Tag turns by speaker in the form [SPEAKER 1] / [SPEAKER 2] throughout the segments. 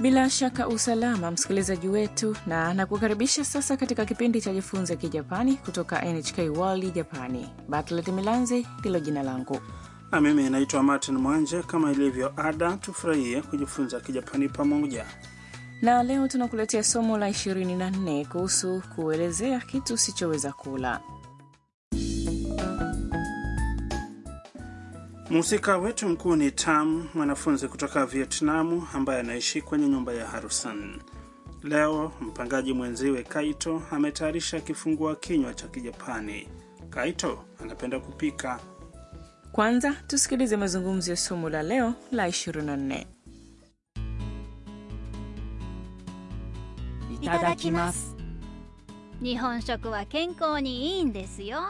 [SPEAKER 1] bila shaka usalama msikilizaji wetu, na nakukaribisha sasa katika kipindi cha Jifunze Kijapani kutoka NHK World Japani. Batlet Milanzi ndilo jina langu
[SPEAKER 2] na mimi naitwa Martin Mwanje. Kama ilivyo ada, tufurahie kujifunza Kijapani pamoja,
[SPEAKER 1] na leo tunakuletea somo la 24 kuhusu kuelezea kitu usichoweza kula.
[SPEAKER 2] Mhusika wetu mkuu ni Tam, mwanafunzi kutoka Vietnamu ambaye anaishi kwenye nyumba ya Harusan. Leo mpangaji mwenziwe Kaito ametayarisha kifungua kinywa cha Kijapani. Kaito anapenda kupika.
[SPEAKER 1] Kwanza tusikilize mazungumzo ya somo la leo la 24.
[SPEAKER 3] いただきます
[SPEAKER 4] 日本食は健康にいいんですよ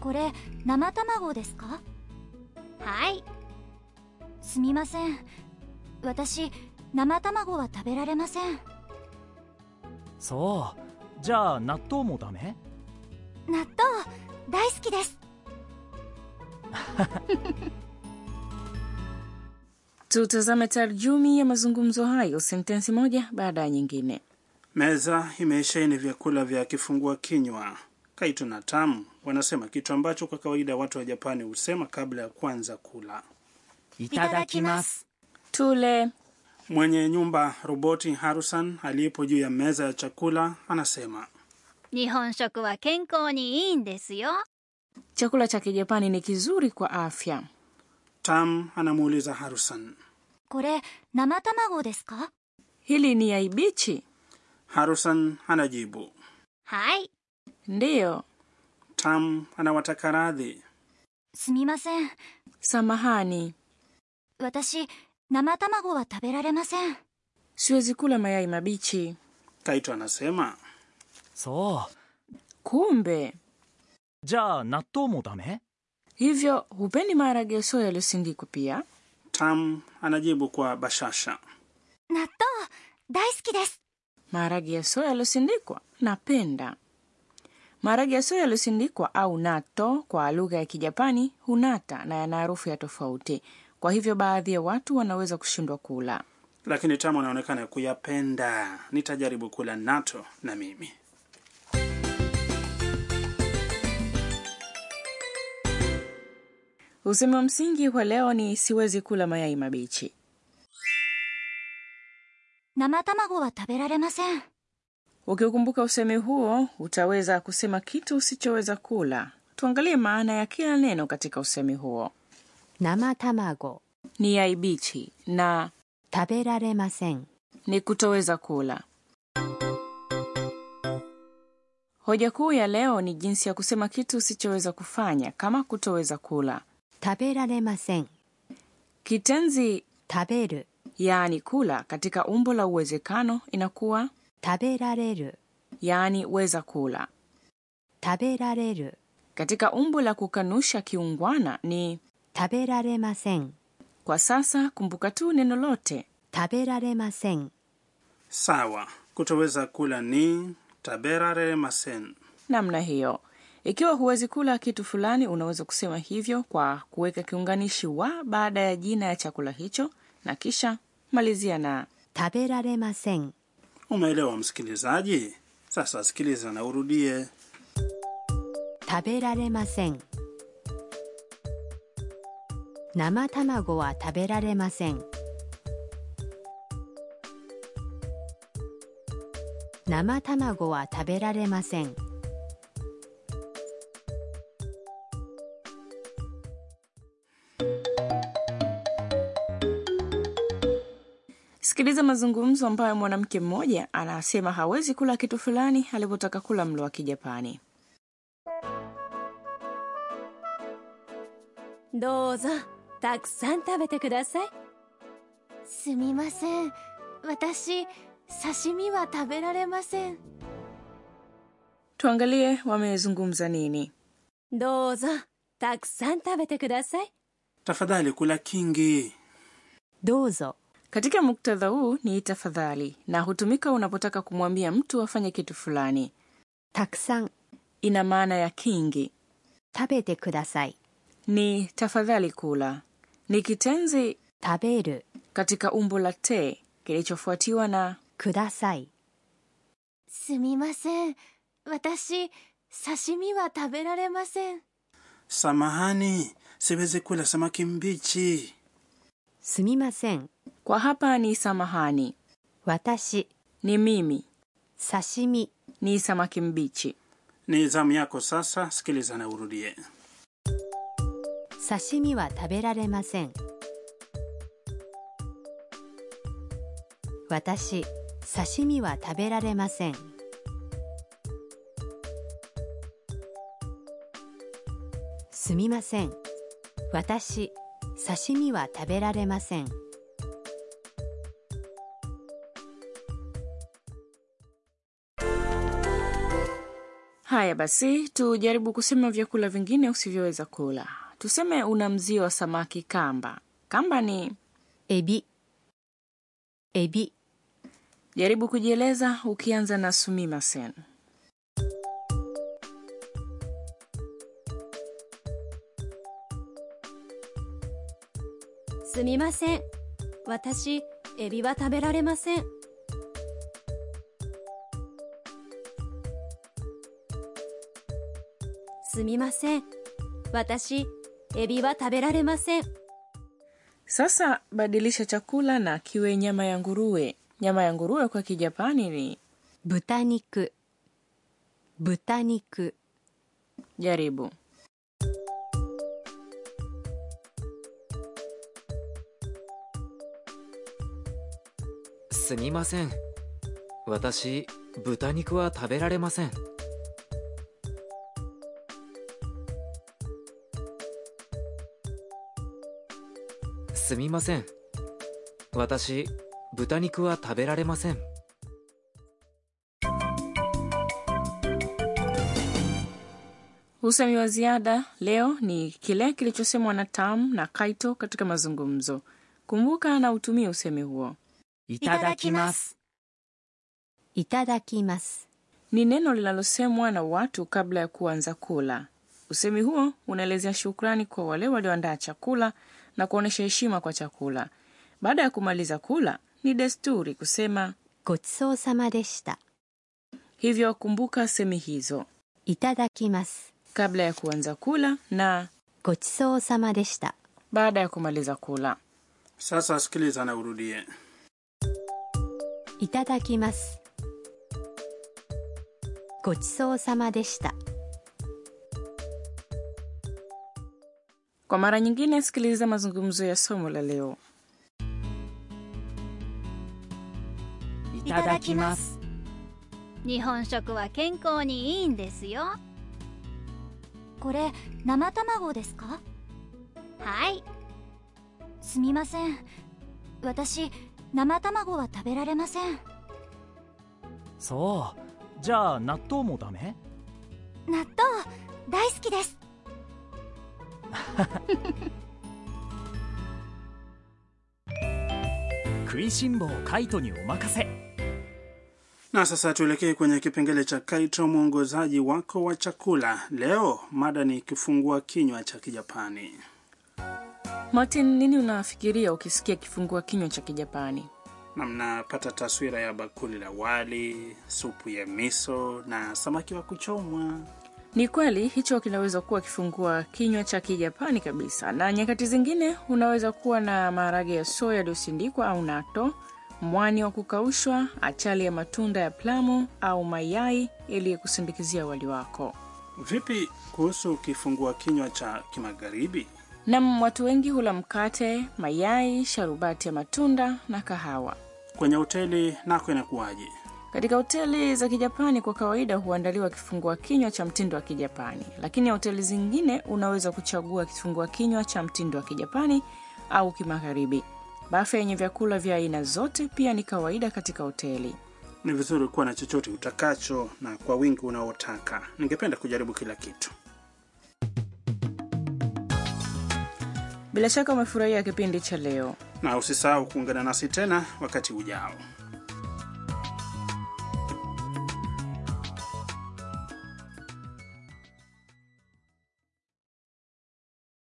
[SPEAKER 3] これ生卵ですか
[SPEAKER 4] はい
[SPEAKER 3] すみません私生卵は食べられません
[SPEAKER 5] そうじゃあ納豆もダメ
[SPEAKER 3] 納豆大好きです
[SPEAKER 1] Tutazame tarjumi ya mazungumzo hayo sentensi moja baada ya nyingine.
[SPEAKER 2] Meza imeishaini vyakula vya kifungua kinywa. Kaito na Tam wanasema kitu ambacho kwa kawaida watu wa Japani husema kabla ya kuanza kula.
[SPEAKER 5] い
[SPEAKER 3] ただきます
[SPEAKER 1] Tule
[SPEAKER 2] Mwenye nyumba roboti Harusan aliyepo juu ya meza ya chakula anasema
[SPEAKER 4] 日本食は健康にいいんですよ
[SPEAKER 1] chakula cha Kijapani ni kizuri kwa afya.
[SPEAKER 2] Tam anamuuliza Harusan.
[SPEAKER 3] これ生卵ですか
[SPEAKER 1] Hili ni yaibichi?
[SPEAKER 2] Harusan anajibu.
[SPEAKER 4] はい
[SPEAKER 1] Ndiyo,
[SPEAKER 2] Tam anawataka radhi.
[SPEAKER 3] すみません
[SPEAKER 1] samahani,
[SPEAKER 3] 私生卵は食べられません
[SPEAKER 1] siwezi kula mayai mabichi.
[SPEAKER 2] Kaito anasema
[SPEAKER 5] そう
[SPEAKER 1] Kumbe
[SPEAKER 5] じゃあ納豆もダメ
[SPEAKER 1] hivyo hupendi maharage ya soya yaliyosindikwa pia?
[SPEAKER 2] Tam anajibu kwa bashasha.
[SPEAKER 3] 納豆大好きです
[SPEAKER 1] Maharage ya soya yaliyosindikwa napenda. Maharage ya soya yaliyosindikwa au nato kwa lugha ya Kijapani hunata na yana harufu ya tofauti, kwa hivyo baadhi ya watu wanaweza kushindwa kula.
[SPEAKER 2] Lakini Tam anaonekana kuyapenda. Nitajaribu kula nato na mimi.
[SPEAKER 1] Usemi wa msingi wa leo ni siwezi kula mayai mabichi.
[SPEAKER 3] 生卵は食べられません
[SPEAKER 1] Ukiukumbuka usemi huo, utaweza kusema kitu usichoweza kula. Tuangalie maana ya kila neno katika usemi huo.
[SPEAKER 6] 生卵
[SPEAKER 1] Ni yai bichi na
[SPEAKER 6] 食べられません
[SPEAKER 1] ni kutoweza kula. Hoja kuu ya leo ni jinsi ya kusema kitu usichoweza kufanya kama kutoweza kula.
[SPEAKER 6] 食べられません
[SPEAKER 1] Kitenzi
[SPEAKER 6] 食べる
[SPEAKER 1] yaani kula katika umbo la uwezekano inakuwa
[SPEAKER 6] 食べられる
[SPEAKER 1] yaani weza kula.
[SPEAKER 6] 食べられる
[SPEAKER 1] Katika umbo la kukanusha kiungwana ni
[SPEAKER 6] 食べられません
[SPEAKER 1] kwa sasa. Kumbuka tu neno lote
[SPEAKER 6] 食べられません
[SPEAKER 2] Sawa, kutoweza kula ni taberare masen.
[SPEAKER 1] namna hiyo. Ikiwa huwezi kula kitu fulani, unaweza kusema hivyo kwa kuweka kiunganishi wa baada ya jina ya chakula hicho na kisha malizia na.
[SPEAKER 6] 食べられません
[SPEAKER 2] Umeelewa msikilizaji? Sasa sikiliza na urudie.
[SPEAKER 6] 食べられません生卵は食べられません生卵は食べられません
[SPEAKER 1] Sikiliza mazungumzo ambayo mwanamke mmoja anasema hawezi kula kitu fulani alipotaka kula mlo wa Kijapani.
[SPEAKER 7] どうぞたくさん食べてください
[SPEAKER 3] すみません私刺身は食べられません
[SPEAKER 1] Tuangalie wamezungumza nini.
[SPEAKER 7] どうぞたくさん食べてください
[SPEAKER 2] Tafadhali kula kingi.
[SPEAKER 6] どうぞ
[SPEAKER 1] Katika muktadha huu ni tafadhali na hutumika unapotaka kumwambia mtu afanye kitu fulani.
[SPEAKER 6] たくさん
[SPEAKER 1] Ina maana ya kingi,
[SPEAKER 6] 食べてください
[SPEAKER 1] ni tafadhali kula, ni kitenzi
[SPEAKER 6] 食べる
[SPEAKER 1] katika umbo la te kilichofuatiwa na
[SPEAKER 6] ください
[SPEAKER 3] すみません私刺身は食べられません
[SPEAKER 2] Samahani, siwezi kula samaki mbichi.
[SPEAKER 6] すみません
[SPEAKER 1] kwa hapa ni samahani
[SPEAKER 6] 私
[SPEAKER 1] ni mimi
[SPEAKER 6] 刺身
[SPEAKER 1] ni samaki mbichi
[SPEAKER 2] Ni zamu yako sasa, sikiliza na urudie.
[SPEAKER 6] 刺身は食べられません私刺身は食べられませんすみません私刺身は食べられません
[SPEAKER 1] haya basi tujaribu kusema vyakula vingine usivyoweza kula tuseme una mzio wa samaki kamba kamba ni
[SPEAKER 6] エビエビ
[SPEAKER 1] jaribu kujieleza ukianza na sumimasen
[SPEAKER 7] すみません私エビは食べられませんすみません私エビは食べられません
[SPEAKER 1] sasa badilisha chakula na kiwe nyama ya nguruwe nyama ya nguruwe kwa kijapani ni
[SPEAKER 6] 豚肉豚肉
[SPEAKER 1] jaribu
[SPEAKER 8] すみません私豚肉は食べられませんすみません私豚肉は食べられません
[SPEAKER 1] usemi wa ziada leo ni kile kilichosemwa na tam na kaito katika mazungumzo kumbuka na utumie usemi huo
[SPEAKER 5] いただきます
[SPEAKER 6] いただきます。
[SPEAKER 1] ni neno linalosemwa na watu kabla ya kuanza kula usemi huo unaelezea shukrani kwa wale walioandaa chakula na kuonyesha heshima kwa chakula baada ya kumaliza kula ni desturi kusema
[SPEAKER 6] ごちそうさまでした。
[SPEAKER 1] hivyo kumbuka semi hizo
[SPEAKER 6] いただきます。
[SPEAKER 1] kabla ya kuanza kula na
[SPEAKER 6] ごちそうさまでした。
[SPEAKER 1] baada ya kumaliza kula
[SPEAKER 2] Sasa sikiliza na urudie.
[SPEAKER 6] いただきます。ごちそうさまでした。
[SPEAKER 1] kwa mara nyingine sikiliza mazungumzo ya somo la leo
[SPEAKER 5] い
[SPEAKER 4] ただきます日本食は健康にいいんですよ
[SPEAKER 3] これ生卵ですか
[SPEAKER 4] はい
[SPEAKER 3] すみません私生卵は食べられません
[SPEAKER 5] そうじゃあ納豆もダメ
[SPEAKER 3] 納豆大好きです
[SPEAKER 5] 食いしん坊カイトにお任せ
[SPEAKER 2] Na sasa tuelekee kwenye kipengele cha Kaito, mwongozaji wako wa chakula. Leo mada ni kifungua kinywa cha Kijapani.
[SPEAKER 1] martin nini unafikiria ukisikia kifungua kinywa cha kijapani
[SPEAKER 2] na mnapata taswira ya bakuli la wali, supu ya miso na samaki wa kuchomwa.
[SPEAKER 1] ni kweli hicho kinaweza kuwa kifungua kinywa cha kijapani kabisa na nyakati zingine unaweza kuwa na maharage ya soya yaliyosindikwa au nato mwani wa kukaushwa achali ya matunda ya plamu au mayai ili kusindikizia wali wako
[SPEAKER 2] Vipi kuhusu kifungua kinywa cha kimagharibi?
[SPEAKER 1] nam watu wengi hula mkate mayai sharubati ya matunda na kahawa
[SPEAKER 2] Kwenye hoteli nako inakuwaje?
[SPEAKER 1] Katika hoteli za Kijapani kwa kawaida huandaliwa kifungua kinywa cha mtindo wa Kijapani, lakini hoteli zingine unaweza kuchagua kifungua kinywa cha mtindo wa Kijapani au kimagharibi. Bafe yenye vyakula vya aina zote pia ni kawaida katika hoteli.
[SPEAKER 2] Ni vizuri kuwa na chochote utakacho na kwa wingi unaotaka. Ningependa kujaribu kila kitu.
[SPEAKER 1] Bila shaka umefurahia kipindi cha leo.
[SPEAKER 2] Na usisahau kuungana nasi tena wakati ujao.